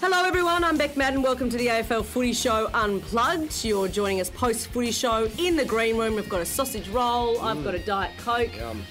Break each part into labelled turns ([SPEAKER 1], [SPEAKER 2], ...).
[SPEAKER 1] Hello, everyone. I'm Beck Madden. Welcome to the AFL Footy Show Unplugged. You're joining us post Footy Show in the green room. We've got a sausage roll. I've got a Diet Coke.
[SPEAKER 2] Um,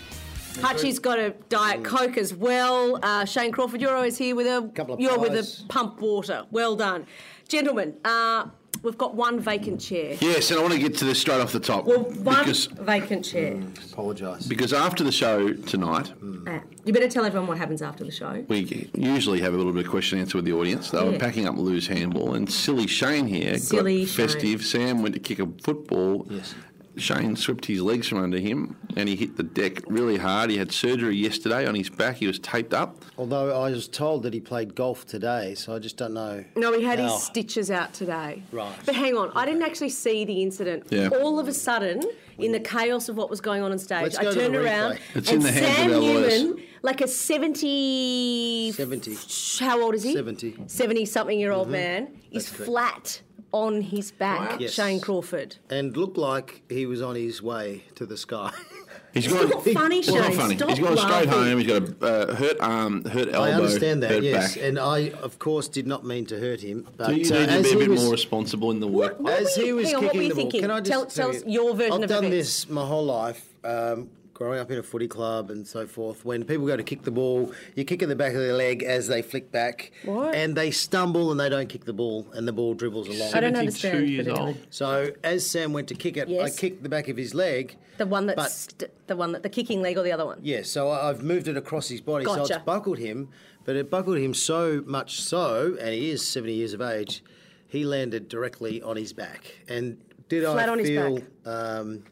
[SPEAKER 1] Hutchie's got a Diet
[SPEAKER 2] Mm.
[SPEAKER 1] Coke as well. Uh, Shane Crawford, you're always here with a
[SPEAKER 2] Couple of
[SPEAKER 1] you're
[SPEAKER 2] pies.
[SPEAKER 1] with a pump water. Well done, gentlemen. Uh, we've got one vacant chair.
[SPEAKER 3] Yes, and I want to get to this straight off the top.
[SPEAKER 1] Well, one
[SPEAKER 3] because,
[SPEAKER 1] vacant chair.
[SPEAKER 2] apologise.
[SPEAKER 3] because after the show tonight,
[SPEAKER 2] Mm.
[SPEAKER 1] Uh, you better tell everyone what happens after the show.
[SPEAKER 3] we usually have a little bit of question and answer with the audience. They
[SPEAKER 1] Yeah.
[SPEAKER 3] were packing up Lou's handball, and silly Shane here
[SPEAKER 1] Silly
[SPEAKER 3] got festive. Sam went to kick a football.
[SPEAKER 2] Yes.
[SPEAKER 3] Shane swept his legs from under him, and he hit the deck really hard. He had surgery yesterday on his back. He was taped up.
[SPEAKER 2] Although I was told that he played golf today, so I just don't know.
[SPEAKER 1] No, he had
[SPEAKER 2] how.
[SPEAKER 1] his stitches out today.
[SPEAKER 2] Right.
[SPEAKER 1] But hang on, I didn't actually see the incident.
[SPEAKER 3] Yeah.
[SPEAKER 1] All of a sudden, in the chaos of what was going on on stage,
[SPEAKER 2] Let's
[SPEAKER 1] I
[SPEAKER 2] go to the
[SPEAKER 1] turned around
[SPEAKER 2] replay.
[SPEAKER 3] It's
[SPEAKER 1] and
[SPEAKER 3] in the hands
[SPEAKER 1] Sam
[SPEAKER 3] of our lawyers.
[SPEAKER 1] Newman, like a 70,
[SPEAKER 2] 70.
[SPEAKER 1] How old is he?
[SPEAKER 2] 70.
[SPEAKER 1] 70 something year old man is
[SPEAKER 2] Mm-hmm. correct.
[SPEAKER 1] flat on his back,
[SPEAKER 2] Yes.
[SPEAKER 1] Shane Crawford.
[SPEAKER 2] And looked like he was on his way to the sky.
[SPEAKER 3] He's
[SPEAKER 1] It's not funny,
[SPEAKER 3] Well, not
[SPEAKER 1] Shane.
[SPEAKER 3] funny.
[SPEAKER 1] Stop
[SPEAKER 3] He's gone straight
[SPEAKER 1] laughing.
[SPEAKER 3] home. He's got a uh, hurt arm, hurt elbow,
[SPEAKER 2] I understand that,
[SPEAKER 3] hurt
[SPEAKER 2] yes.
[SPEAKER 3] back.
[SPEAKER 2] And I, of course, did not mean to hurt him. But
[SPEAKER 3] Do you
[SPEAKER 2] uh,
[SPEAKER 3] need to
[SPEAKER 2] as
[SPEAKER 3] be a
[SPEAKER 2] he
[SPEAKER 3] bit
[SPEAKER 2] was,
[SPEAKER 3] more responsible in the work?
[SPEAKER 1] What
[SPEAKER 2] As
[SPEAKER 1] were
[SPEAKER 2] he
[SPEAKER 1] you-
[SPEAKER 2] was
[SPEAKER 1] hang on, what
[SPEAKER 2] kicking
[SPEAKER 1] were you
[SPEAKER 2] the
[SPEAKER 1] thinking?
[SPEAKER 2] ball, can I just
[SPEAKER 1] Tell- tell us
[SPEAKER 2] you-
[SPEAKER 1] your version
[SPEAKER 2] I've
[SPEAKER 1] of
[SPEAKER 2] done
[SPEAKER 1] events.
[SPEAKER 2] this my whole life. Um, Growing up in a footy club and so forth, when people go to kick the ball, you kick in the back of their leg as they flick back,
[SPEAKER 1] What?
[SPEAKER 2] and they stumble and they don't kick the ball, and the ball dribbles along.
[SPEAKER 1] I don't understand. but
[SPEAKER 3] years
[SPEAKER 1] anyway.
[SPEAKER 3] old.
[SPEAKER 2] So as Sam went to kick it,
[SPEAKER 1] Yes.
[SPEAKER 2] I kicked the back of his leg.
[SPEAKER 1] The one that's
[SPEAKER 2] But,
[SPEAKER 1] st- the one that the kicking leg or the other one?
[SPEAKER 2] yeah, so I- I've moved it across his body, so
[SPEAKER 1] Gotcha.
[SPEAKER 2] it's buckled him. But it buckled him so much so, and he is 70 years of age, he landed directly on his back. And did
[SPEAKER 1] Flat
[SPEAKER 2] I
[SPEAKER 1] on his
[SPEAKER 2] feel...
[SPEAKER 1] back.
[SPEAKER 2] Um,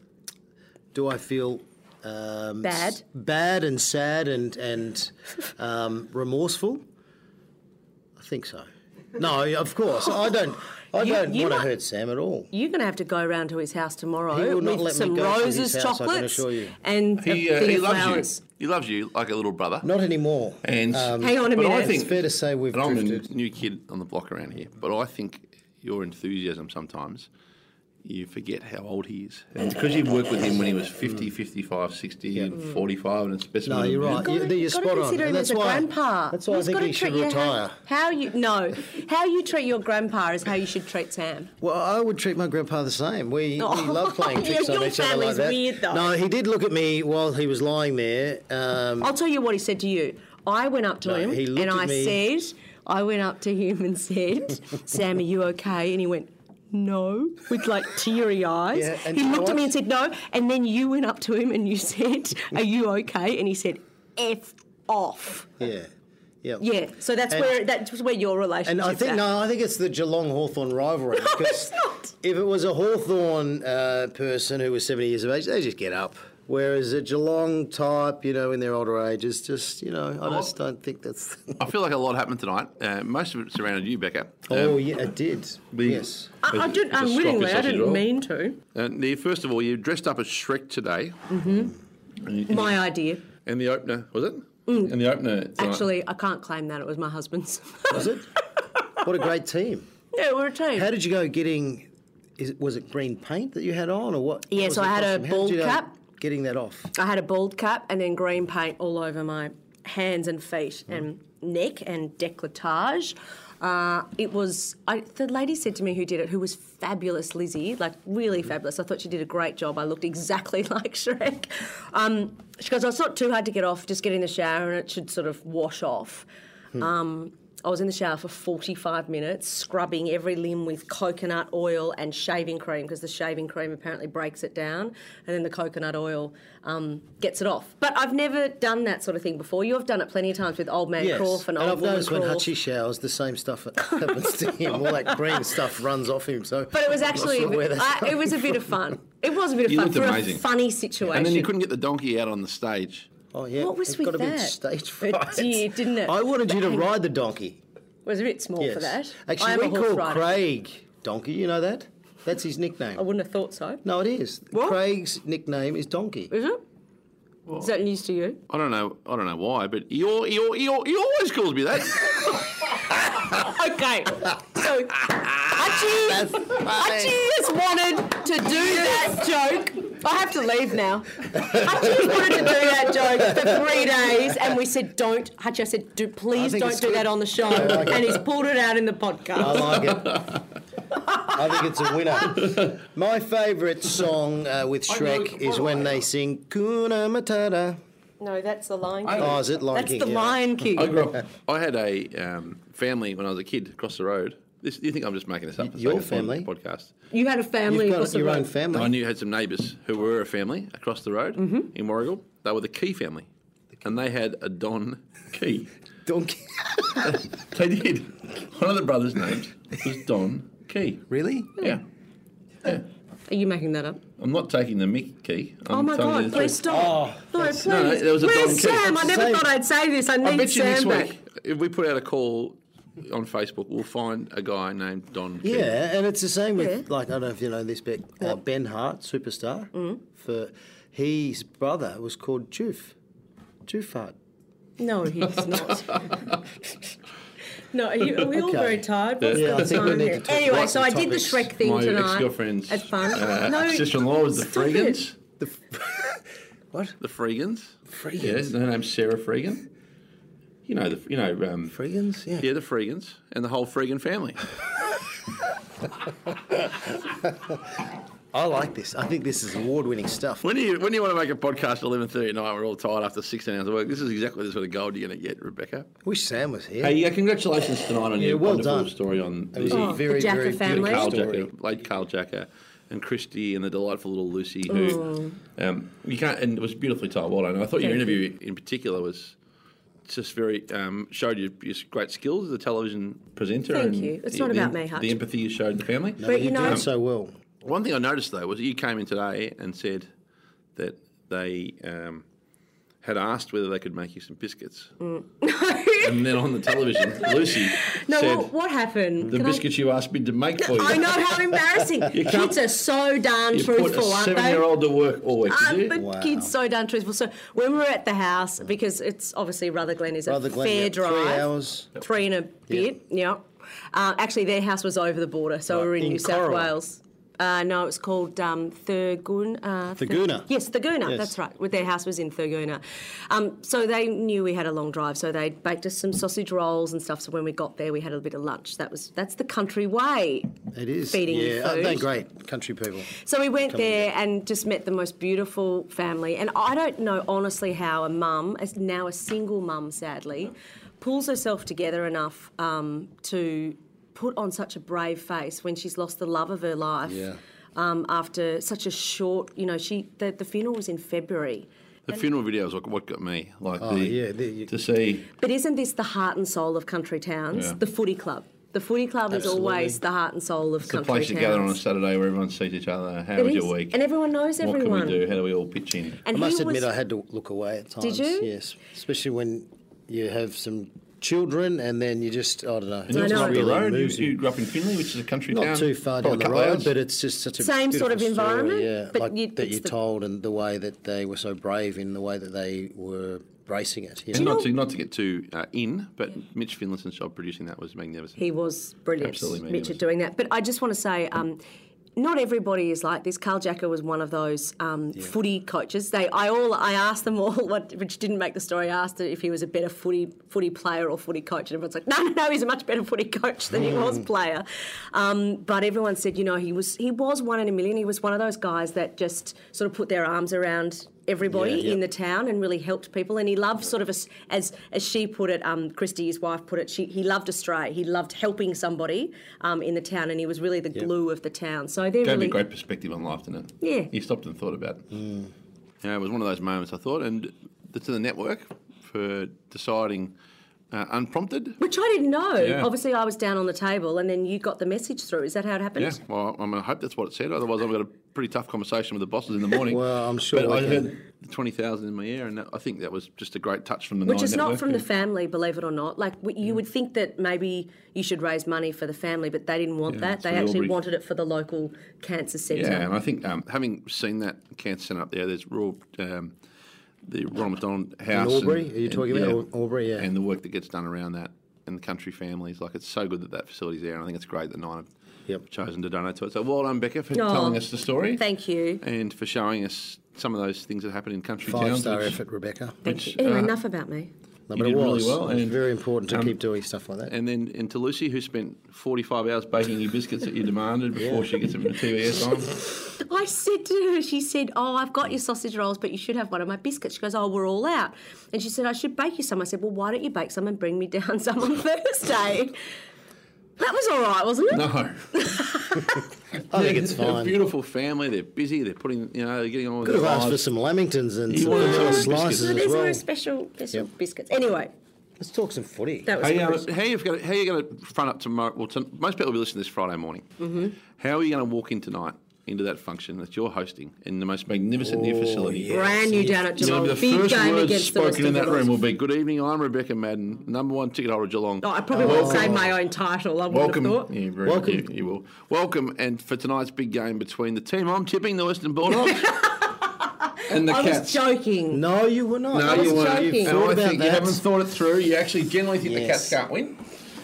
[SPEAKER 2] do I feel... Um,
[SPEAKER 1] Bad?
[SPEAKER 2] s- bad and sad and, and um, remorseful? I think so. No, of course. I don't... I
[SPEAKER 1] You-
[SPEAKER 2] don't
[SPEAKER 1] you
[SPEAKER 2] want to
[SPEAKER 1] might-
[SPEAKER 2] hurt Sam at all.
[SPEAKER 1] You're going to have to go round to his house tomorrow
[SPEAKER 2] He will not
[SPEAKER 1] with
[SPEAKER 2] let me
[SPEAKER 1] some
[SPEAKER 2] go to his
[SPEAKER 1] roses,
[SPEAKER 2] house, I can
[SPEAKER 1] chocolates,
[SPEAKER 2] assure you.
[SPEAKER 1] and
[SPEAKER 3] He,
[SPEAKER 1] a
[SPEAKER 3] uh,
[SPEAKER 1] thing
[SPEAKER 3] he
[SPEAKER 1] of
[SPEAKER 3] loves
[SPEAKER 1] flowers.
[SPEAKER 3] you. He loves you like a little brother.
[SPEAKER 2] Not anymore.
[SPEAKER 3] And
[SPEAKER 1] Hang on a
[SPEAKER 3] but I
[SPEAKER 1] minute.
[SPEAKER 3] think,
[SPEAKER 2] Um, It's fair to say we've
[SPEAKER 3] and Eh, I'm a
[SPEAKER 2] drifted.
[SPEAKER 3] new kid on the block around here, but I think your enthusiasm sometimes you forget how old he is. And because you've worked with him when he was 50, 55, 60, and 45, and a
[SPEAKER 2] Mm. No,
[SPEAKER 3] specimen. of a
[SPEAKER 2] you're
[SPEAKER 3] dude.
[SPEAKER 2] right.
[SPEAKER 1] Gotta-
[SPEAKER 2] You- you're
[SPEAKER 1] gotta
[SPEAKER 2] spot on,
[SPEAKER 1] consider
[SPEAKER 2] and
[SPEAKER 1] him
[SPEAKER 2] that's
[SPEAKER 1] as a
[SPEAKER 2] why-
[SPEAKER 1] grandpa.
[SPEAKER 2] that's why I
[SPEAKER 1] He's
[SPEAKER 2] think
[SPEAKER 1] gotta
[SPEAKER 2] he should
[SPEAKER 1] treat you how-
[SPEAKER 2] retire.
[SPEAKER 1] How, you no, how you treat your grandpa is how you should treat Sam.
[SPEAKER 2] Well, I would treat my grandpa the same. We,
[SPEAKER 1] Oh.
[SPEAKER 2] we love playing
[SPEAKER 1] Yeah,
[SPEAKER 2] tricks on
[SPEAKER 1] your
[SPEAKER 2] each other
[SPEAKER 1] family's
[SPEAKER 2] like that.
[SPEAKER 1] weird, though.
[SPEAKER 2] No, he did look at me while he was lying there. Um,
[SPEAKER 1] I'll tell you what he said to you. I went up to
[SPEAKER 2] No,
[SPEAKER 1] him
[SPEAKER 2] he looked
[SPEAKER 1] and
[SPEAKER 2] at
[SPEAKER 1] I
[SPEAKER 2] me.
[SPEAKER 1] said, I went up to him and said, Sam, are you okay? And he went. No, with like teary eyes.
[SPEAKER 2] Yeah, and
[SPEAKER 1] he
[SPEAKER 2] you know
[SPEAKER 1] looked at me
[SPEAKER 2] what?
[SPEAKER 1] and said no, and then you went up to him and you said, "Are you okay?" And he said, "F off."
[SPEAKER 2] yeah, yeah,
[SPEAKER 1] Yeah, so that's
[SPEAKER 2] And-
[SPEAKER 1] where that's where your relationship.
[SPEAKER 2] And I think no, I think it's the Geelong Hawthorn rivalry.
[SPEAKER 1] No, it's
[SPEAKER 2] 'cause
[SPEAKER 1] not.
[SPEAKER 2] If it was a Hawthorn uh, person who was seventy years of age, they just get up. Whereas a Geelong type, you know, in their older age, is just you know, I just don't think that's.
[SPEAKER 3] I feel like a lot happened tonight. Uh, most of it surrounded you, Becca.
[SPEAKER 2] oh
[SPEAKER 3] Um,
[SPEAKER 2] yeah, it did.
[SPEAKER 3] we-
[SPEAKER 2] yes.
[SPEAKER 1] I, I
[SPEAKER 3] It's
[SPEAKER 1] didn't,
[SPEAKER 3] a
[SPEAKER 1] I'm
[SPEAKER 3] Scottish
[SPEAKER 1] willingly. I
[SPEAKER 3] sausage
[SPEAKER 1] didn't
[SPEAKER 3] roll.
[SPEAKER 1] mean to.
[SPEAKER 3] And the, first of all, you dressed up as Shrek today. Mm-hmm.
[SPEAKER 1] My idea.
[SPEAKER 3] And the opener, was it? And the opener. tonight-
[SPEAKER 1] Actually, I can't claim that. It was my husband's.
[SPEAKER 2] Was it? what a great team.
[SPEAKER 1] yeah, we're a team.
[SPEAKER 2] How did you go getting? Is it, was it green paint that you had on, or what?
[SPEAKER 1] Yeah,
[SPEAKER 2] what was
[SPEAKER 1] so
[SPEAKER 2] the
[SPEAKER 1] I had a
[SPEAKER 2] costume? How did
[SPEAKER 1] bald
[SPEAKER 2] you go
[SPEAKER 1] cap.
[SPEAKER 2] Getting that off.
[SPEAKER 1] I had a bald cap and then green paint all over my hands and feet and neck and décolletage. Uh, it was I, the lady said to me who did it, who was fabulous, Lizzie, like really fabulous. I thought she did a great job. I looked exactly like Shrek. Um, she goes, "Oh, it's not too hard to get off. Just get in the shower and it should sort of wash off." Um, I was in the shower for 45 minutes, scrubbing every limb with coconut oil and shaving cream because the shaving cream apparently breaks it down, and then the coconut oil um, gets it off. But I've never done that sort of thing before. You have done it plenty of times with old man Croft and
[SPEAKER 2] and
[SPEAKER 1] old
[SPEAKER 2] I've
[SPEAKER 1] woman
[SPEAKER 2] noticed when
[SPEAKER 1] Croft.
[SPEAKER 2] Hutchie showers, the same stuff happens to him. All that green stuff runs off him. So,
[SPEAKER 1] but it was actually,
[SPEAKER 2] sure where that's
[SPEAKER 1] I, it was a bit of fun. It was a bit of
[SPEAKER 3] You
[SPEAKER 1] fun
[SPEAKER 3] looked
[SPEAKER 1] for
[SPEAKER 3] amazing.
[SPEAKER 1] a funny situation.
[SPEAKER 3] And then you couldn't get the donkey out on the stage.
[SPEAKER 2] oh yeah,
[SPEAKER 1] What was
[SPEAKER 2] it's
[SPEAKER 1] with
[SPEAKER 2] got a bit
[SPEAKER 1] that?
[SPEAKER 2] stage
[SPEAKER 1] It
[SPEAKER 2] fright.
[SPEAKER 1] did, didn't it?
[SPEAKER 2] I wanted you to
[SPEAKER 1] Bang.
[SPEAKER 2] ride the donkey.
[SPEAKER 1] It was a bit small
[SPEAKER 2] Yes.
[SPEAKER 1] for that. I am
[SPEAKER 2] Actually,
[SPEAKER 1] a
[SPEAKER 2] we
[SPEAKER 1] horse
[SPEAKER 2] call
[SPEAKER 1] rider.
[SPEAKER 2] Craig Donkey. You know that? That's his nickname.
[SPEAKER 1] I wouldn't have thought so.
[SPEAKER 2] No, it is.
[SPEAKER 1] What?
[SPEAKER 2] Craig's nickname is Donkey.
[SPEAKER 1] Is it? Is that news to you?
[SPEAKER 3] I don't know. I don't know why, but he, al- he, al- he, al- he always calls me that.
[SPEAKER 1] Okay. So Archie,
[SPEAKER 2] That's funny.
[SPEAKER 1] Archie has wanted to do that joke I have to leave now. I just wanted to do that joke for three days, and we said, "Don't." Hutch, I said, do,
[SPEAKER 2] I
[SPEAKER 1] "Please
[SPEAKER 2] think
[SPEAKER 1] don't
[SPEAKER 2] it's
[SPEAKER 1] do
[SPEAKER 2] good.
[SPEAKER 1] that on the show,"
[SPEAKER 2] like it.
[SPEAKER 1] and he's pulled it out in the
[SPEAKER 2] I
[SPEAKER 1] podcast.
[SPEAKER 2] like it. I think it's a winner. My favourite song uh, with
[SPEAKER 4] I know
[SPEAKER 2] Shrek
[SPEAKER 4] it's
[SPEAKER 2] is when they sing Kuna Matata.
[SPEAKER 1] No, that's the Lion
[SPEAKER 4] I-
[SPEAKER 1] King.
[SPEAKER 2] Oh, is it Lion
[SPEAKER 1] That's
[SPEAKER 2] King?
[SPEAKER 1] the
[SPEAKER 2] yeah.
[SPEAKER 1] Lion King.
[SPEAKER 3] I grew up. I had a um, family when I was a kid across the road. This, you think I'm just making this up? for the
[SPEAKER 2] Your
[SPEAKER 3] sake of fun-
[SPEAKER 2] family?
[SPEAKER 3] podcast.
[SPEAKER 1] You had a family.
[SPEAKER 2] You've got
[SPEAKER 1] across the
[SPEAKER 2] your
[SPEAKER 1] road.
[SPEAKER 2] own family.
[SPEAKER 3] I knew you had some neighbours who were a family across the road in Warrigal. They were the Key family, and they had a Don Key.
[SPEAKER 2] Donkey.
[SPEAKER 3] they did. One of the brothers' names was Don Key.
[SPEAKER 2] really?
[SPEAKER 3] Yeah,
[SPEAKER 1] Are you making that up?
[SPEAKER 3] I'm not taking the Mickey Key. I'm
[SPEAKER 1] oh my
[SPEAKER 3] telling you
[SPEAKER 1] God!
[SPEAKER 3] the
[SPEAKER 1] Please
[SPEAKER 3] truth.
[SPEAKER 1] stop.
[SPEAKER 2] Oh,
[SPEAKER 1] no, please.
[SPEAKER 3] No, no, there was a Don
[SPEAKER 1] Where's
[SPEAKER 3] King.
[SPEAKER 1] Sam? I never
[SPEAKER 2] Sam.
[SPEAKER 1] thought I'd say this. I need
[SPEAKER 3] I bet you
[SPEAKER 1] Sam
[SPEAKER 3] this
[SPEAKER 1] back.
[SPEAKER 3] week, if we put out a call on Facebook, we'll find a guy named Don. Key.
[SPEAKER 2] Yeah, and it's the same with
[SPEAKER 1] Yeah.
[SPEAKER 2] like I don't know if you know this, but uh, Ben Hart, superstar,
[SPEAKER 1] Mm.
[SPEAKER 2] for his brother was called Joof, Joof Hart.
[SPEAKER 1] No, he's not. no, are, you, are we all
[SPEAKER 2] Okay.
[SPEAKER 1] very tired? What's
[SPEAKER 2] Yeah,
[SPEAKER 1] the
[SPEAKER 2] I think we
[SPEAKER 1] time
[SPEAKER 2] need
[SPEAKER 1] here?
[SPEAKER 2] to talk
[SPEAKER 1] Anyway,
[SPEAKER 2] about
[SPEAKER 1] so
[SPEAKER 2] the
[SPEAKER 1] I did the
[SPEAKER 2] topics.
[SPEAKER 1] Shrek thing
[SPEAKER 3] My
[SPEAKER 1] tonight.
[SPEAKER 3] ex-girlfriend's
[SPEAKER 1] At fun.
[SPEAKER 3] uh,
[SPEAKER 1] no,
[SPEAKER 3] sister-in-law was the
[SPEAKER 1] stop it.
[SPEAKER 3] Freegans.
[SPEAKER 2] The what?
[SPEAKER 3] The Freegans.
[SPEAKER 2] Freegans?
[SPEAKER 3] Yeah, her name's Sarah Freegan. You know the you know um,
[SPEAKER 2] Freegans? Yeah.
[SPEAKER 3] yeah the Freegans and the whole Freegan family.
[SPEAKER 2] I like this. I think this is award-winning stuff.
[SPEAKER 3] When do you when do you want to make a podcast at eleven thirty at night? We're all tired after sixteen hours of work. This is exactly the sort of gold you're going to get, Rebecca.
[SPEAKER 2] Wish Sam was here.
[SPEAKER 3] Hey, yeah, congratulations tonight on your
[SPEAKER 2] well
[SPEAKER 3] wonderful
[SPEAKER 2] done.
[SPEAKER 3] story on
[SPEAKER 2] It was a
[SPEAKER 1] Oh,
[SPEAKER 2] very,
[SPEAKER 1] the Jaffa
[SPEAKER 2] very
[SPEAKER 1] family.
[SPEAKER 2] good
[SPEAKER 3] Carl
[SPEAKER 2] story.
[SPEAKER 3] Jacker, late Carl Jacker, and Christy, and the delightful little Lucy, who um, you can't. And it was beautifully told. Well done. I thought your
[SPEAKER 1] Thank you.
[SPEAKER 3] interview in particular was just very um, showed your, your great skills as a television presenter.
[SPEAKER 1] Thank
[SPEAKER 3] and
[SPEAKER 1] you. It's
[SPEAKER 3] the-
[SPEAKER 1] not
[SPEAKER 3] the-
[SPEAKER 1] about me, Hutch.
[SPEAKER 3] The empathy you showed the family.
[SPEAKER 1] But you
[SPEAKER 2] You
[SPEAKER 1] know,
[SPEAKER 2] did so well.
[SPEAKER 3] One thing I noticed though was you came in today and said that they. Um, had asked whether they could make you some biscuits,
[SPEAKER 1] Mm.
[SPEAKER 3] and then on the television, Lucy
[SPEAKER 1] no.
[SPEAKER 3] said,
[SPEAKER 1] What, what happened?
[SPEAKER 3] "The
[SPEAKER 1] Can I-
[SPEAKER 3] biscuits you asked me to make for you."
[SPEAKER 1] I know how embarrassing.
[SPEAKER 3] can't-
[SPEAKER 1] Kids are so darn
[SPEAKER 3] You put a
[SPEAKER 1] truthful, aren't they?
[SPEAKER 3] seven-year-old to work
[SPEAKER 2] oh,
[SPEAKER 3] all week. did
[SPEAKER 1] Um,
[SPEAKER 3] you?
[SPEAKER 1] but
[SPEAKER 2] Wow.
[SPEAKER 1] kids so darn truthful. So when we were at the house, because it's obviously Rutherglen is
[SPEAKER 2] Brother
[SPEAKER 1] a
[SPEAKER 2] Glenn,
[SPEAKER 1] fair
[SPEAKER 2] yeah,
[SPEAKER 1] drive,
[SPEAKER 2] three hours.
[SPEAKER 1] three and a bit. Yeah. Uh, actually, their house was over the border, so we were in,
[SPEAKER 2] In
[SPEAKER 1] New South
[SPEAKER 2] Corowa.
[SPEAKER 1] Wales. Uh, no, it's called um, Thurgoon. Uh, Thur-
[SPEAKER 2] Thurgoona.
[SPEAKER 1] yes, Thurgoona.
[SPEAKER 2] Yes.
[SPEAKER 1] That's right. With their house was in Thurgoona. Um, so they knew we had a long drive, so they baked us some sausage rolls and stuff. So when we got there, we had a bit of lunch. That was that's the country way.
[SPEAKER 2] It is.
[SPEAKER 1] Feeding you
[SPEAKER 2] yeah, aren't they
[SPEAKER 1] food.
[SPEAKER 2] great country people?
[SPEAKER 1] So we went there and just met the most beautiful family. And I don't know honestly how a mum, as now a single mum, sadly, pulls herself together enough um, to put on such a brave face when she's lost the love of her life.
[SPEAKER 2] Yeah.
[SPEAKER 1] Um, after such a short, you know, she the, the funeral was in February.
[SPEAKER 3] the funeral video is like what got me. Like the,
[SPEAKER 2] Oh, yeah, the- you-
[SPEAKER 3] to see
[SPEAKER 1] But isn't this the heart and soul of country towns?
[SPEAKER 3] Yeah.
[SPEAKER 1] The footy club. The footy club
[SPEAKER 2] Absolutely.
[SPEAKER 1] is always the heart and soul of
[SPEAKER 3] the
[SPEAKER 1] country
[SPEAKER 3] place
[SPEAKER 1] towns.
[SPEAKER 3] to gather on a Saturday where everyone sees each other. How
[SPEAKER 1] It
[SPEAKER 3] was
[SPEAKER 1] is.
[SPEAKER 3] your week?
[SPEAKER 1] And everyone knows
[SPEAKER 3] what
[SPEAKER 1] everyone.
[SPEAKER 3] can we do? How do we all pitch in?
[SPEAKER 1] And
[SPEAKER 2] I must
[SPEAKER 1] he
[SPEAKER 2] admit,
[SPEAKER 1] was-
[SPEAKER 2] I had to look away at times.
[SPEAKER 1] you?
[SPEAKER 2] Yes, especially when you have some children, and then you just I don't know.
[SPEAKER 3] And
[SPEAKER 1] I know.
[SPEAKER 3] you grew up the
[SPEAKER 1] Really
[SPEAKER 3] road. You,
[SPEAKER 2] moves you.
[SPEAKER 3] you grew up in Finley, which is a country
[SPEAKER 2] Not
[SPEAKER 3] town.
[SPEAKER 2] too far
[SPEAKER 3] probably
[SPEAKER 2] down
[SPEAKER 3] a
[SPEAKER 2] the
[SPEAKER 3] couple
[SPEAKER 2] road,
[SPEAKER 3] hours.
[SPEAKER 2] but it's just such a
[SPEAKER 1] Same sort of
[SPEAKER 2] beautiful story,
[SPEAKER 1] environment,
[SPEAKER 2] yeah,
[SPEAKER 1] but
[SPEAKER 2] like
[SPEAKER 1] you-
[SPEAKER 2] that
[SPEAKER 1] it's
[SPEAKER 2] you
[SPEAKER 1] the-
[SPEAKER 2] told, and the way that they were so brave in the way that they were bracing it. You
[SPEAKER 3] And
[SPEAKER 2] know?
[SPEAKER 3] not to not to get too uh, in, but Mitch Finlinson's job producing that was magnificent.
[SPEAKER 1] He was brilliant,
[SPEAKER 3] Absolutely
[SPEAKER 1] Mitch,
[SPEAKER 3] magnificent.
[SPEAKER 1] at doing that. But I just want to say, um, not everybody is like this. Carl Jacker was one of those um, footy coaches. They, I all, I asked them all, what, which didn't make the story. I asked if he was a better footy footy player or footy coach, and everyone's like, no, no, no, he's a much better footy coach than he
[SPEAKER 2] Mm.
[SPEAKER 1] was player. Um, but everyone said, you know, he was he was one in a million. He was one of those guys that just sort of put their arms around. Everybody
[SPEAKER 2] Yeah, yeah.
[SPEAKER 1] in the town and really helped people, and he loved sort of as as, as she put it, um, Christy, his wife put it. She he loved Australia. He loved helping somebody um, in the town, and he was really the glue of the town. So they're
[SPEAKER 3] gave me
[SPEAKER 1] really
[SPEAKER 3] a great perspective on life, didn't it?
[SPEAKER 1] Yeah.
[SPEAKER 3] You stopped and thought about it.
[SPEAKER 2] Mm.
[SPEAKER 3] Yeah, it was one of those moments I thought, and the, to the network for deciding uh, unprompted.
[SPEAKER 1] Which I didn't know.
[SPEAKER 3] Yeah.
[SPEAKER 1] Obviously, I was down on the table, and then you got the message through. Is that how it happened?
[SPEAKER 3] Yeah, well, I, mean, I hope that's what it said. Otherwise, I've got a pretty tough conversation with the bosses in the morning.
[SPEAKER 2] Well, I'm sure
[SPEAKER 3] But
[SPEAKER 2] we
[SPEAKER 3] I
[SPEAKER 2] can-
[SPEAKER 3] heard the twenty thousand in my ear, and that, I think that was just a great touch from the
[SPEAKER 1] Which
[SPEAKER 3] Nine
[SPEAKER 1] is not
[SPEAKER 3] Network.
[SPEAKER 1] from the family, believe it or not. Like w- you would think that maybe you should raise money for the family, but they didn't want
[SPEAKER 3] Yeah,
[SPEAKER 1] that.
[SPEAKER 3] it's
[SPEAKER 1] They
[SPEAKER 3] for the
[SPEAKER 1] actually
[SPEAKER 3] Albury.
[SPEAKER 1] wanted it for the local cancer centre.
[SPEAKER 3] Yeah, and I think um, having seen that cancer centre up there, there's rural. Um, the Ronald McDonald House.
[SPEAKER 2] Albury? Are you talking about Al- Albury? Yeah.
[SPEAKER 3] And the work that gets done around that and the country families. Like, it's so good that that facility's there, and I think it's great that Nine have
[SPEAKER 2] Yep.
[SPEAKER 3] chosen to donate to it. So well done, Becca, for
[SPEAKER 1] Oh,
[SPEAKER 3] telling us the story.
[SPEAKER 1] Thank you.
[SPEAKER 3] And for showing us some of those things that happen in country
[SPEAKER 2] Five
[SPEAKER 3] towns.
[SPEAKER 2] star
[SPEAKER 3] which-
[SPEAKER 2] effort, Rebecca.
[SPEAKER 1] Thank you.
[SPEAKER 3] Which,
[SPEAKER 1] Anyway,
[SPEAKER 3] uh,
[SPEAKER 1] enough about me.
[SPEAKER 2] No,
[SPEAKER 3] You
[SPEAKER 2] but it
[SPEAKER 3] did really
[SPEAKER 2] was
[SPEAKER 3] well,
[SPEAKER 2] It's
[SPEAKER 3] and- um,
[SPEAKER 2] very important to keep doing stuff like that.
[SPEAKER 3] And then and to Lucy, who spent 45 hours baking your biscuits that you demanded before she gets them in the TVS on.
[SPEAKER 1] I said to her, she said, Oh, I've got your sausage rolls, but you should have one of my biscuits. She goes, Oh, we're all out. And she said, I should bake you some. I said, Well, why don't you bake some and bring me down some on Thursday? That was all right, wasn't it?
[SPEAKER 3] No.
[SPEAKER 2] I think it's
[SPEAKER 3] They're a
[SPEAKER 2] fine.
[SPEAKER 3] beautiful family. They're busy. They're putting, you know, they're getting on with
[SPEAKER 2] Could have
[SPEAKER 3] their
[SPEAKER 2] asked for
[SPEAKER 3] lives.
[SPEAKER 2] some Lamingtons and
[SPEAKER 3] You
[SPEAKER 2] some
[SPEAKER 3] wanted
[SPEAKER 2] little
[SPEAKER 3] some
[SPEAKER 2] slices
[SPEAKER 3] biscuits.
[SPEAKER 2] as
[SPEAKER 1] These were
[SPEAKER 2] well.
[SPEAKER 1] a special, special
[SPEAKER 2] Yep.
[SPEAKER 1] biscuits. Anyway,
[SPEAKER 2] Let's talk some footy.
[SPEAKER 1] that was
[SPEAKER 3] How you
[SPEAKER 1] good.
[SPEAKER 3] gonna- how you going to how you going to front up tomorrow? Well, to, most people will be listening this Friday morning. Mm-hmm. How are you going to walk in tonight into that function that you're hosting in the most magnificent new facility?
[SPEAKER 2] Oh, yeah.
[SPEAKER 1] Brand new down at
[SPEAKER 3] It's going
[SPEAKER 1] Geelong.
[SPEAKER 3] to be the
[SPEAKER 1] Big
[SPEAKER 3] first
[SPEAKER 1] game
[SPEAKER 3] words
[SPEAKER 1] against the rest
[SPEAKER 3] spoken in
[SPEAKER 1] of
[SPEAKER 3] that
[SPEAKER 1] the
[SPEAKER 3] room will be, "Good evening, I'm Rebecca Madden, number one ticket holder of Geelong."
[SPEAKER 1] Oh, I probably won't say my own title. I would
[SPEAKER 3] Welcome,
[SPEAKER 1] have thought.
[SPEAKER 3] yeah, very,
[SPEAKER 2] Welcome.
[SPEAKER 3] You, you will. Welcome, and for tonight's big game between the team I'm tipping, the Western Bulldogs, and the
[SPEAKER 1] I
[SPEAKER 3] Cats.
[SPEAKER 1] was joking.
[SPEAKER 2] No, you were not.
[SPEAKER 3] No,
[SPEAKER 1] was
[SPEAKER 3] you weren't.
[SPEAKER 1] joking.
[SPEAKER 3] You've
[SPEAKER 2] Thought
[SPEAKER 3] thought
[SPEAKER 2] about
[SPEAKER 3] think
[SPEAKER 2] that.
[SPEAKER 3] you haven't thought it through. You actually generally think the
[SPEAKER 2] Yes.
[SPEAKER 3] Cats can't win,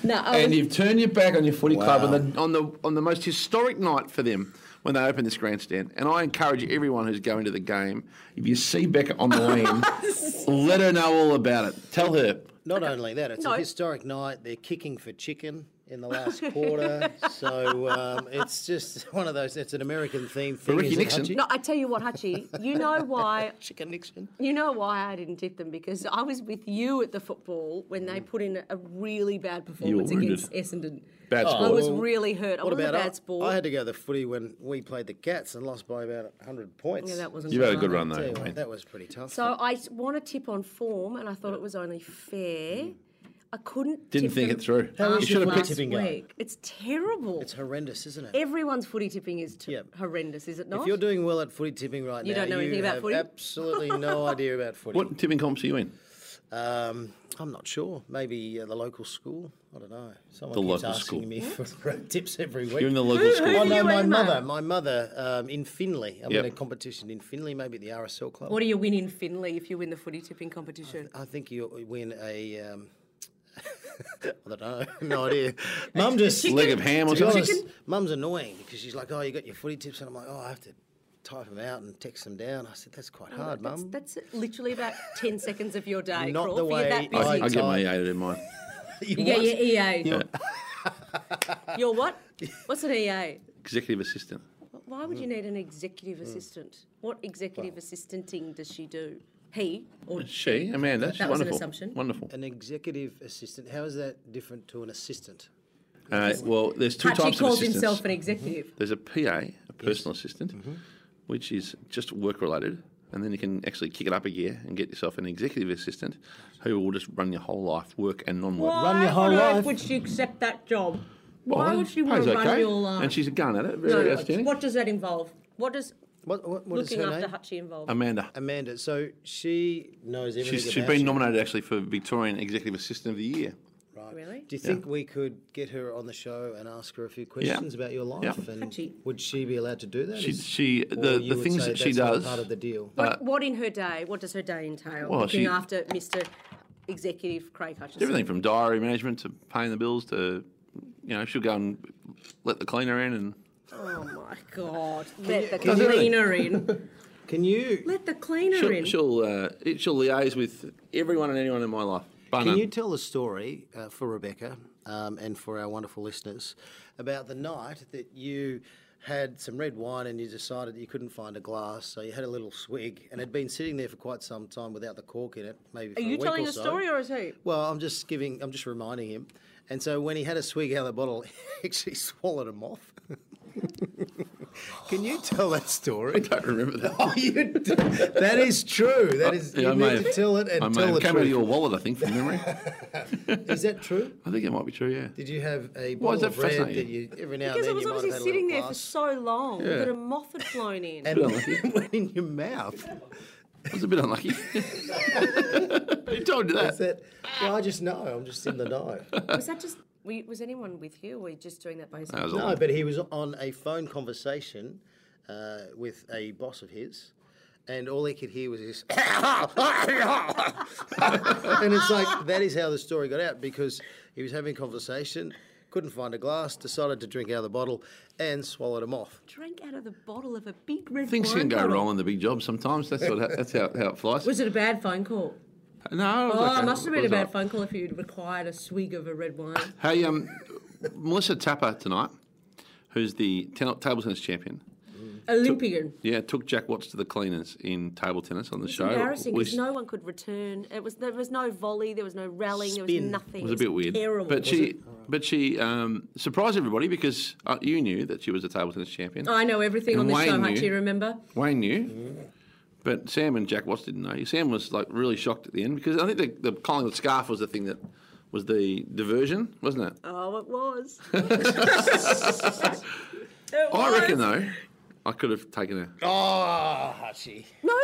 [SPEAKER 1] No, I
[SPEAKER 3] and
[SPEAKER 1] was,
[SPEAKER 3] you've turned your back on your footy
[SPEAKER 2] Wow.
[SPEAKER 3] club on the, on the on the most historic night for them when they opened this grandstand. And I encourage everyone who's going to the game, if you see Becca on the lane, let her know all about it. Tell her.
[SPEAKER 2] Not only that, it's
[SPEAKER 1] No.
[SPEAKER 2] a historic night. They're kicking for chicken in the last quarter, so um, it's just one of those. It's an American themed thing.
[SPEAKER 3] Ricky
[SPEAKER 2] is it,
[SPEAKER 3] Nixon.
[SPEAKER 2] Hutchie?
[SPEAKER 1] no, I tell you what, Hutchie, you know why
[SPEAKER 2] Chicken Nixon.
[SPEAKER 1] You know why I didn't tip them because I was with you at the football when
[SPEAKER 2] Mm.
[SPEAKER 1] they put in a really bad performance
[SPEAKER 3] wounded.
[SPEAKER 1] against Essendon.
[SPEAKER 3] Bad
[SPEAKER 1] I
[SPEAKER 3] sport.
[SPEAKER 1] was really hurt. I
[SPEAKER 2] What
[SPEAKER 1] wasn't
[SPEAKER 2] about
[SPEAKER 1] a bad
[SPEAKER 2] I-
[SPEAKER 1] sport.
[SPEAKER 2] I had to go to the footy when we played the Cats and lost by about 100 points.
[SPEAKER 1] yeah, that wasn't.
[SPEAKER 3] You've had a good
[SPEAKER 1] right.
[SPEAKER 3] run
[SPEAKER 2] Tell
[SPEAKER 3] though.
[SPEAKER 2] you what,
[SPEAKER 3] mate.
[SPEAKER 2] that was pretty tough.
[SPEAKER 1] So I s- want to tip on form, and I thought it was only fair. I couldn't.
[SPEAKER 3] Didn't
[SPEAKER 1] tip
[SPEAKER 3] think
[SPEAKER 1] them
[SPEAKER 3] it through.
[SPEAKER 2] Mm. How
[SPEAKER 1] after
[SPEAKER 2] is your
[SPEAKER 1] last
[SPEAKER 2] footy tipping going?
[SPEAKER 1] week. It's terrible.
[SPEAKER 2] it's horrendous, isn't it?
[SPEAKER 1] Everyone's footy tipping is t-
[SPEAKER 2] Yep.
[SPEAKER 1] horrendous, is it not?
[SPEAKER 2] If you're doing well at footy tipping right
[SPEAKER 1] You
[SPEAKER 2] now,
[SPEAKER 1] don't know
[SPEAKER 2] you
[SPEAKER 1] anything about
[SPEAKER 2] have
[SPEAKER 1] footy?
[SPEAKER 2] absolutely no idea about footy.
[SPEAKER 3] What tipping comps are you in?
[SPEAKER 2] Um, I'm not sure. Maybe uh, the local school. I don't know. Someone
[SPEAKER 3] The
[SPEAKER 2] keeps
[SPEAKER 3] local
[SPEAKER 2] asking
[SPEAKER 3] school.
[SPEAKER 2] me for uh, tips every week.
[SPEAKER 3] You're in the local school.
[SPEAKER 2] Oh
[SPEAKER 1] Who do
[SPEAKER 2] no,
[SPEAKER 1] you
[SPEAKER 2] my
[SPEAKER 1] aim at?
[SPEAKER 2] mother. My mother um, in Finley. I'm
[SPEAKER 3] Yep.
[SPEAKER 2] in a competition in Finley, maybe at the RSL club.
[SPEAKER 1] what do you win in Finley if you win the footy tipping competition?
[SPEAKER 2] I think you win a. Um, I don't know. No idea. Mum just
[SPEAKER 3] Leg of ham or
[SPEAKER 2] To be
[SPEAKER 3] something?
[SPEAKER 2] honest, Mum's annoying because she's like, "Oh, you got your footy tips," and I'm like, "Oh, I have to type them out and text them down." I said, "That's quite hard,
[SPEAKER 1] Oh, That's,
[SPEAKER 2] Mum."
[SPEAKER 1] that's literally about ten seconds of your day.
[SPEAKER 2] Um, Not
[SPEAKER 1] Crawl,
[SPEAKER 2] the
[SPEAKER 1] if you're
[SPEAKER 2] way
[SPEAKER 1] that
[SPEAKER 2] I-
[SPEAKER 1] busy.
[SPEAKER 3] I, I get my eight in mine.
[SPEAKER 1] You get your EA.
[SPEAKER 3] Yeah.
[SPEAKER 1] Your what? What's an EA?
[SPEAKER 3] Executive assistant.
[SPEAKER 1] Why would you
[SPEAKER 2] Mm.
[SPEAKER 1] need an executive assistant? What executive assistanting does she do? He or
[SPEAKER 3] She, Amanda, she's
[SPEAKER 1] That was an
[SPEAKER 3] wonderful.
[SPEAKER 1] assumption.
[SPEAKER 3] Wonderful.
[SPEAKER 2] An executive assistant. How is that different to an assistant?
[SPEAKER 3] Uh, well, there's two
[SPEAKER 1] Hutchie
[SPEAKER 3] types of
[SPEAKER 1] calls
[SPEAKER 3] assistants.
[SPEAKER 1] himself an executive.
[SPEAKER 2] Mm-hmm.
[SPEAKER 3] There's a PA, a personal assistant, which is just work related, and then you can actually kick it up a gear and get yourself an executive assistant who will just run your whole life, work and non-work.
[SPEAKER 1] Why
[SPEAKER 2] Run your whole
[SPEAKER 1] on earth
[SPEAKER 2] life.
[SPEAKER 1] would she accept that job?
[SPEAKER 3] Well,
[SPEAKER 1] Why would she want
[SPEAKER 3] pays
[SPEAKER 1] to run
[SPEAKER 3] okay,
[SPEAKER 1] your life?
[SPEAKER 3] And she's a gun at it. Very
[SPEAKER 1] No,
[SPEAKER 3] outstanding.
[SPEAKER 1] what does that involve? What does
[SPEAKER 2] What, what, what is
[SPEAKER 1] looking
[SPEAKER 2] her
[SPEAKER 1] after
[SPEAKER 2] name?
[SPEAKER 1] Hutchie involve?
[SPEAKER 3] Amanda.
[SPEAKER 2] Amanda. So she knows everything
[SPEAKER 3] She's, she's
[SPEAKER 2] about
[SPEAKER 3] been
[SPEAKER 2] you.
[SPEAKER 3] nominated actually for Victorian Executive Assistant of the Year.
[SPEAKER 2] Right.
[SPEAKER 1] Really?
[SPEAKER 2] Do you think we could get her on the show and ask her a few questions about your life?
[SPEAKER 3] Yeah.
[SPEAKER 2] And
[SPEAKER 1] Hutchie.
[SPEAKER 2] would she be allowed to do that?
[SPEAKER 3] She,
[SPEAKER 2] Is-
[SPEAKER 3] she
[SPEAKER 2] or
[SPEAKER 3] the,
[SPEAKER 2] you
[SPEAKER 3] the
[SPEAKER 2] would
[SPEAKER 3] things
[SPEAKER 2] say
[SPEAKER 3] that she
[SPEAKER 2] that's not
[SPEAKER 3] does.
[SPEAKER 2] part of the deal.
[SPEAKER 1] What, what in her day? What does her day entail?
[SPEAKER 3] Uh, Well,
[SPEAKER 1] looking
[SPEAKER 3] she-
[SPEAKER 1] after Mr. Executive Craig Hutchison.
[SPEAKER 3] Everything from diary management to paying the bills to, you know, she'll go and let the cleaner in and
[SPEAKER 1] Oh my God! Let the
[SPEAKER 3] Does it really?
[SPEAKER 1] cleaner in.
[SPEAKER 2] Can you
[SPEAKER 1] Let the cleaner
[SPEAKER 3] she'll
[SPEAKER 1] in.
[SPEAKER 3] she'll, uh, it- she'll liaise with everyone and anyone in my life. um, Bar
[SPEAKER 2] can
[SPEAKER 3] none.
[SPEAKER 2] you tell the story uh, for Rebecca um, and for our wonderful listeners about the night that you had some red wine and you decided that you couldn't find a glass, so you had a little swig and had been sitting there for quite some time without the cork in it, maybe.
[SPEAKER 1] Are
[SPEAKER 2] for a
[SPEAKER 1] you
[SPEAKER 2] week
[SPEAKER 1] telling
[SPEAKER 2] or
[SPEAKER 1] a
[SPEAKER 2] so.
[SPEAKER 1] story or is he?
[SPEAKER 2] Well, I'm just giving. I'm just reminding him. And so when he had a swig out of the bottle, he actually swallowed a moth. Can you tell that story?
[SPEAKER 3] I don't remember that.
[SPEAKER 2] Oh, you do. That is true. That is.
[SPEAKER 3] I
[SPEAKER 2] you
[SPEAKER 3] may
[SPEAKER 2] need to
[SPEAKER 3] have-
[SPEAKER 2] tell it and
[SPEAKER 3] I may
[SPEAKER 2] tell
[SPEAKER 3] have
[SPEAKER 2] the
[SPEAKER 3] came out
[SPEAKER 2] truth.
[SPEAKER 3] of your wallet, I think, from memory.
[SPEAKER 2] Is that true?
[SPEAKER 3] I think it might be true, yeah.
[SPEAKER 2] Did you have a
[SPEAKER 3] Why
[SPEAKER 2] bottle
[SPEAKER 3] is that
[SPEAKER 2] of red that
[SPEAKER 3] fascinating?
[SPEAKER 2] you every now
[SPEAKER 1] Because it
[SPEAKER 2] and then
[SPEAKER 1] was
[SPEAKER 2] you might have
[SPEAKER 1] obviously
[SPEAKER 2] had a
[SPEAKER 1] sitting there
[SPEAKER 2] little
[SPEAKER 1] for
[SPEAKER 2] glass
[SPEAKER 1] so long
[SPEAKER 3] Yeah.
[SPEAKER 1] that a moth had flown in.
[SPEAKER 2] and went in your mouth?
[SPEAKER 3] I was a bit unlucky. Who told you
[SPEAKER 2] Is
[SPEAKER 3] that?
[SPEAKER 2] that? Well, I just know. I'm just in the know.
[SPEAKER 1] was that just? Were you, was anyone with you? Or were you just doing that by
[SPEAKER 3] That
[SPEAKER 1] yourself?
[SPEAKER 3] was a
[SPEAKER 2] No,
[SPEAKER 3] lot.
[SPEAKER 2] but he was on a phone conversation uh, with a boss of his, and all he could hear was this. and it's like that is how the story got out because he was having conversation, couldn't find a glass, decided to drink out of the bottle, and swallowed them off.
[SPEAKER 1] Drank out of the bottle of a big red
[SPEAKER 3] Things
[SPEAKER 1] wine
[SPEAKER 3] can go
[SPEAKER 1] bottle.
[SPEAKER 3] wrong in the big job sometimes. That's what, that's how, how it flies.
[SPEAKER 1] Was it a bad phone call?
[SPEAKER 3] no, it was
[SPEAKER 1] Oh,
[SPEAKER 3] okay.
[SPEAKER 1] it must have been
[SPEAKER 3] It
[SPEAKER 1] a
[SPEAKER 3] was all right.
[SPEAKER 1] bad phone call if you'd required a swig of a red wine.
[SPEAKER 3] Hey, um, Melissa Tapper tonight, who's the ten- table tennis champion.
[SPEAKER 1] Olympian.
[SPEAKER 3] Yeah, took Jack Watts to the cleaners in table tennis on the
[SPEAKER 1] It's
[SPEAKER 3] show.
[SPEAKER 1] embarrassing
[SPEAKER 3] We-
[SPEAKER 1] because no one could return. It was there was no volley, there was no rallying, there
[SPEAKER 2] Spin.
[SPEAKER 1] was nothing.
[SPEAKER 3] It was a bit weird.
[SPEAKER 1] Terrible.
[SPEAKER 3] But she, but she um, surprised everybody because uh, you knew that she was a table tennis champion.
[SPEAKER 1] I know everything
[SPEAKER 3] And
[SPEAKER 1] on this show,
[SPEAKER 3] Wayne
[SPEAKER 1] Hutch,
[SPEAKER 3] knew.
[SPEAKER 1] you remember?
[SPEAKER 3] Wayne knew, but Sam and Jack Watts didn't know. Sam was like really shocked at the end because I think the, the Collingwood scarf was the thing that was the diversion, wasn't it?
[SPEAKER 1] Oh, it was.
[SPEAKER 3] I reckon though, I could have taken her.
[SPEAKER 2] Oh, Hutchie.
[SPEAKER 1] No,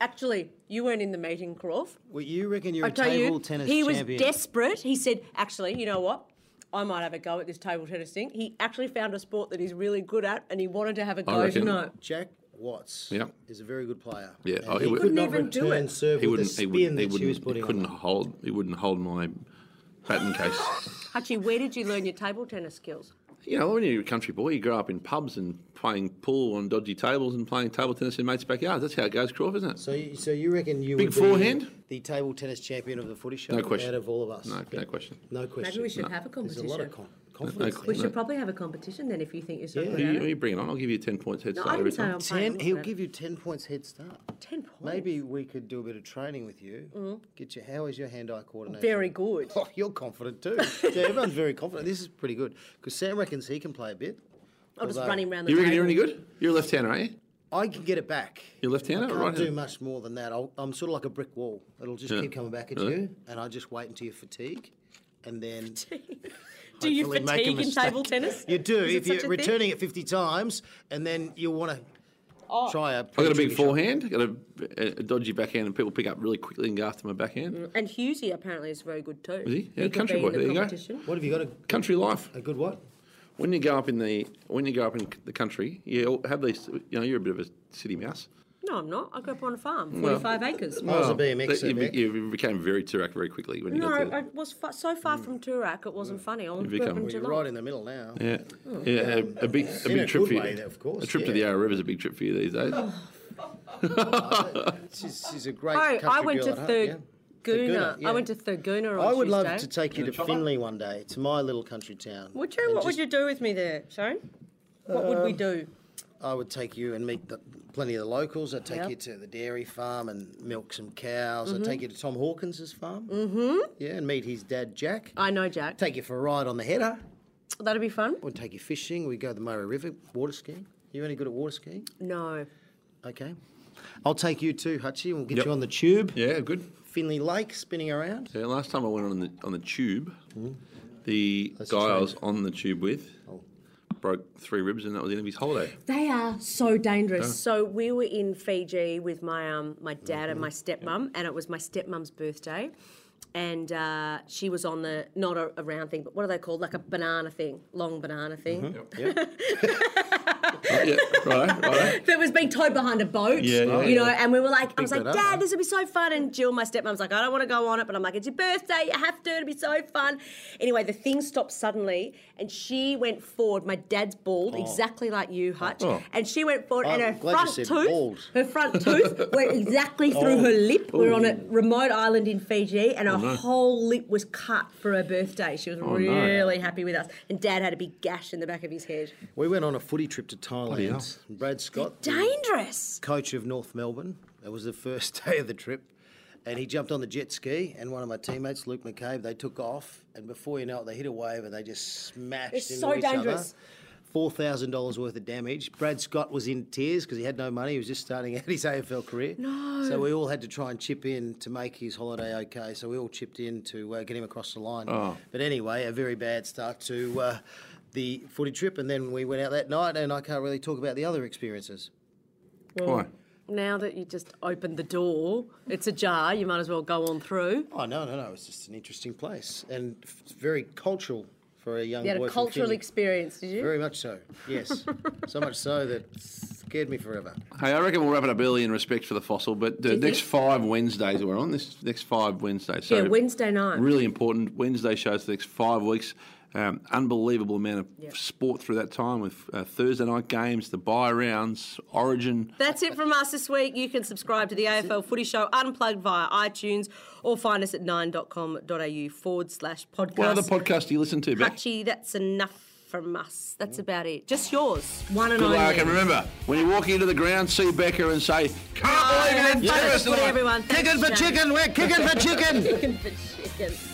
[SPEAKER 1] actually, you weren't in the meeting, Croft.
[SPEAKER 2] Well, you reckon you're
[SPEAKER 1] I
[SPEAKER 2] a
[SPEAKER 1] tell
[SPEAKER 2] table
[SPEAKER 1] you,
[SPEAKER 2] tennis
[SPEAKER 1] he was
[SPEAKER 2] champion?
[SPEAKER 1] desperate. He said, "Actually, you know what? I might have a go at this table tennis thing." He actually found a sport that he's really good at, and he wanted to have a go
[SPEAKER 3] reckon-
[SPEAKER 1] tonight.
[SPEAKER 2] Jack Watts
[SPEAKER 3] Yeah.
[SPEAKER 2] is a very good player.
[SPEAKER 3] Yeah,
[SPEAKER 2] And
[SPEAKER 3] oh, he
[SPEAKER 2] he
[SPEAKER 3] would-
[SPEAKER 2] could not
[SPEAKER 1] Couldn't even do
[SPEAKER 2] return
[SPEAKER 1] it.
[SPEAKER 2] serve
[SPEAKER 3] He
[SPEAKER 2] with the
[SPEAKER 3] wouldn't. He
[SPEAKER 2] spin
[SPEAKER 3] wouldn't.
[SPEAKER 2] that she
[SPEAKER 3] He,
[SPEAKER 2] was
[SPEAKER 3] wouldn't, he
[SPEAKER 2] putting
[SPEAKER 3] couldn't
[SPEAKER 2] on.
[SPEAKER 3] hold. He wouldn't hold my batting case.
[SPEAKER 1] Hutchie, where did you learn your table tennis skills?
[SPEAKER 3] You know, when you're a country boy, you grow up in pubs and playing pool on dodgy tables and playing table tennis in mates' backyards. That's how it goes, Croft, isn't it?
[SPEAKER 2] So, you, so you reckon you
[SPEAKER 3] Big
[SPEAKER 2] would
[SPEAKER 3] forehand?
[SPEAKER 2] be the table tennis champion of the footy show?
[SPEAKER 3] No question.
[SPEAKER 2] Out of all of us,
[SPEAKER 3] No, no
[SPEAKER 2] Yeah.
[SPEAKER 3] question.
[SPEAKER 2] No question.
[SPEAKER 1] Maybe we should have a
[SPEAKER 2] There's a
[SPEAKER 1] competition.
[SPEAKER 2] lot of con- confidence.
[SPEAKER 3] no
[SPEAKER 1] we
[SPEAKER 2] there.
[SPEAKER 1] should probably have a competition then, if you think you're so
[SPEAKER 3] Who you,
[SPEAKER 1] good
[SPEAKER 3] who
[SPEAKER 1] at it.
[SPEAKER 3] you bring it on? I'll give you ten points head
[SPEAKER 1] No,
[SPEAKER 3] start
[SPEAKER 1] I
[SPEAKER 3] every
[SPEAKER 1] didn't say
[SPEAKER 3] time.
[SPEAKER 1] I'm
[SPEAKER 2] Ten,
[SPEAKER 1] playing.
[SPEAKER 2] he'll give you ten points head start.
[SPEAKER 1] ten points.
[SPEAKER 2] Maybe we could do a bit of training with you. Get your how is your hand-eye
[SPEAKER 1] Mm-hmm.
[SPEAKER 2] coordination?
[SPEAKER 1] very good.
[SPEAKER 2] Oh, you're confident too. yeah, everyone's very confident. This is pretty good because Sam reckons he can play a bit.
[SPEAKER 1] I'll just
[SPEAKER 2] although-
[SPEAKER 1] run him round the
[SPEAKER 3] You reckon
[SPEAKER 1] table.
[SPEAKER 3] you're any good? You're a left-hander, aren't you?
[SPEAKER 2] I can get it back.
[SPEAKER 3] You're left-hander
[SPEAKER 2] I
[SPEAKER 3] or
[SPEAKER 2] can't
[SPEAKER 3] right-hander?
[SPEAKER 2] do much more than that. I'll, I'm sort of like a brick wall. It'll just keep coming back at you, and I just wait until you fatigue, and then
[SPEAKER 1] Do you
[SPEAKER 2] hopefully make a
[SPEAKER 1] fatigue in table
[SPEAKER 2] mistake.
[SPEAKER 1] tennis?
[SPEAKER 2] you do.
[SPEAKER 1] Is it
[SPEAKER 2] If
[SPEAKER 1] such a
[SPEAKER 2] you're
[SPEAKER 1] thing?
[SPEAKER 2] returning it 50 times, and then you'll want to
[SPEAKER 1] Oh.
[SPEAKER 2] try a.
[SPEAKER 3] I got a big forehand, got a, a a dodgy backhand, and people pick up really quickly and go after my backhand.
[SPEAKER 1] And Husey apparently is very good too.
[SPEAKER 3] he? Yeah,
[SPEAKER 1] could
[SPEAKER 3] country
[SPEAKER 1] be
[SPEAKER 3] boy,
[SPEAKER 1] in the
[SPEAKER 3] there you go.
[SPEAKER 1] competition.
[SPEAKER 2] What have you got? A,
[SPEAKER 3] Country life.
[SPEAKER 2] a good what?
[SPEAKER 3] When you go up in the when you go up in the country, you all have these. You know, you're a bit of a city mouse. Oh.
[SPEAKER 1] No, I'm not. I grew up on a farm, 45 acres.
[SPEAKER 2] I was a
[SPEAKER 3] But
[SPEAKER 2] BMX.
[SPEAKER 3] you, be-
[SPEAKER 2] Beck.
[SPEAKER 3] you became very Turak very quickly when you
[SPEAKER 1] No,
[SPEAKER 3] got to.
[SPEAKER 1] I was fa- so far from Turak, it wasn't funny. I was grew
[SPEAKER 3] become-
[SPEAKER 1] up in
[SPEAKER 3] Well,
[SPEAKER 2] You're
[SPEAKER 1] Geelong.
[SPEAKER 2] right in the middle now.
[SPEAKER 3] Yeah, yeah, a, a big, a
[SPEAKER 2] Oh. In
[SPEAKER 3] big
[SPEAKER 2] a
[SPEAKER 3] trip
[SPEAKER 2] good
[SPEAKER 3] for you.
[SPEAKER 2] way, of course,
[SPEAKER 3] a trip to the
[SPEAKER 2] yeah. Oh.
[SPEAKER 3] Yarra River's a big trip for you these days.
[SPEAKER 2] She's, she's a great.
[SPEAKER 1] Oh,
[SPEAKER 2] country
[SPEAKER 1] I went
[SPEAKER 2] girl
[SPEAKER 1] to
[SPEAKER 2] at heart,
[SPEAKER 1] Thurgoona.
[SPEAKER 2] Thurgoona, yeah.
[SPEAKER 1] I went to Thurgoona on
[SPEAKER 2] yeah. I would love to
[SPEAKER 1] Tuesday.
[SPEAKER 2] take you to Finley one day, to my little country town.
[SPEAKER 1] Would you?
[SPEAKER 2] and
[SPEAKER 1] What would
[SPEAKER 2] just- Um,
[SPEAKER 1] you do with me there, Shane? What would we do?
[SPEAKER 2] I would take you and meet the, plenty of the locals. I'd take
[SPEAKER 1] Yeah.
[SPEAKER 2] you to the dairy farm and milk some cows. I'd take you to Tom Hawkins's farm. Mm-hmm. Yeah, and meet his dad Jack.
[SPEAKER 1] I know, Jack.
[SPEAKER 2] Take you for a ride on the header.
[SPEAKER 1] That'd be fun.
[SPEAKER 2] We'd take you fishing. We'd go to the Murray River water skiing. You any good at water skiing?
[SPEAKER 1] No.
[SPEAKER 2] Okay. I'll take you too, Hutchie, and we'll get
[SPEAKER 3] Yep.
[SPEAKER 2] you on the tube.
[SPEAKER 3] yeah, good.
[SPEAKER 2] Finley Lake spinning around.
[SPEAKER 3] Yeah, last time I went on the on the tube, the
[SPEAKER 2] Hmm. That's
[SPEAKER 3] guy
[SPEAKER 2] a Oh.
[SPEAKER 3] I
[SPEAKER 2] shame.
[SPEAKER 3] was on the tube with broke three ribs, and that was the end of his holiday.
[SPEAKER 1] They are so dangerous. So we were in Fiji with my um, my dad and my stepmom, and it was my stepmom's birthday, and uh, she was on the not a, a round thing, but what are they called? Like a banana thing, long banana thing
[SPEAKER 3] Oh, yeah, right, right.
[SPEAKER 1] that was being towed behind a boat.
[SPEAKER 3] Yeah, yeah,
[SPEAKER 1] you know,
[SPEAKER 3] yeah.
[SPEAKER 1] and we were like, I was
[SPEAKER 2] Pick
[SPEAKER 1] like,
[SPEAKER 2] that up,
[SPEAKER 1] Dad,
[SPEAKER 2] huh?
[SPEAKER 1] this will be so fun. And Jill, my stepmom's like, I don't want to go on it, but I'm like, it's your birthday, you have to. It'll be so fun. Anyway, the thing stopped suddenly, and she went forward. My dad's bald, exactly like you, Hutch,
[SPEAKER 3] Oh.
[SPEAKER 1] and she went forward, and
[SPEAKER 2] Oh. I'm
[SPEAKER 1] her
[SPEAKER 2] glad you
[SPEAKER 1] front
[SPEAKER 2] said
[SPEAKER 1] tooth,
[SPEAKER 2] bald. Oh.
[SPEAKER 1] her front tooth went exactly through her lip. We were on a remote island in Fiji, and her whole lip was cut for her birthday. She was
[SPEAKER 2] Oh,
[SPEAKER 3] no.
[SPEAKER 1] really happy with us, and Dad had a big gash in the back of his head.
[SPEAKER 2] We went on a footy trip to Thailand. Brad Scott, the
[SPEAKER 1] Dangerous.
[SPEAKER 2] coach of North Melbourne. That was the first day of the trip. And he jumped on the jet ski, and one of my teammates, Luke McCabe, they took off. And before you know it, they hit a wave and they just smashed
[SPEAKER 1] It's
[SPEAKER 2] into
[SPEAKER 1] so
[SPEAKER 2] each
[SPEAKER 1] dangerous.
[SPEAKER 2] other. $4,000 worth of damage. Brad Scott was in tears because he had no money. He was just starting out his AFL career. No. So we all had to try and chip in to make his holiday okay. So we all chipped in to uh, get him across the line. But anyway, a very bad start to uh, the footy trip. And then we went out that night, and I can't really talk about the other experiences. Oh.
[SPEAKER 3] Why?
[SPEAKER 1] Now that you just opened the door, it's ajar. You might as well go on through.
[SPEAKER 2] Oh no, no, no! It's just an interesting place and f- it's very cultural for a young
[SPEAKER 1] You had
[SPEAKER 2] boy.
[SPEAKER 1] a
[SPEAKER 2] from
[SPEAKER 1] cultural
[SPEAKER 2] Sydney.
[SPEAKER 1] experience, did you?
[SPEAKER 2] Very much so. Yes, so much so that it scared me forever.
[SPEAKER 3] Hey, I reckon we'll wrap it up early in respect for the fossil, but the
[SPEAKER 1] you
[SPEAKER 3] next
[SPEAKER 1] think?
[SPEAKER 3] five Wednesdays that we're on, this next five Wednesdays. So
[SPEAKER 1] Yeah, Wednesday night.
[SPEAKER 3] Really important Wednesday shows for the next five weeks. Um, unbelievable amount of sport through that time with uh, Thursday night games, the buy rounds, Origin.
[SPEAKER 1] That's it from us this week. You can subscribe to the AFL Footy Show unplugged via iTunes or find us at 9.com.au forward slash podcast.
[SPEAKER 3] What other podcast do you listen to, Beck?
[SPEAKER 1] Hutchie, that's enough from us. That's about it. Just yours. One and
[SPEAKER 3] Good
[SPEAKER 1] only.
[SPEAKER 3] luck, and remember, when you walk into the ground, see Becker and say, "Can't
[SPEAKER 1] Bye,
[SPEAKER 3] believe it!"
[SPEAKER 1] and
[SPEAKER 3] did
[SPEAKER 1] thanks
[SPEAKER 3] us
[SPEAKER 1] Oh, for
[SPEAKER 3] tonight."
[SPEAKER 1] everyone.
[SPEAKER 2] Kicking for
[SPEAKER 1] Thanks,
[SPEAKER 2] chicken, we're kicking for
[SPEAKER 1] Jack.
[SPEAKER 2] chicken.
[SPEAKER 1] Kicking for chicken.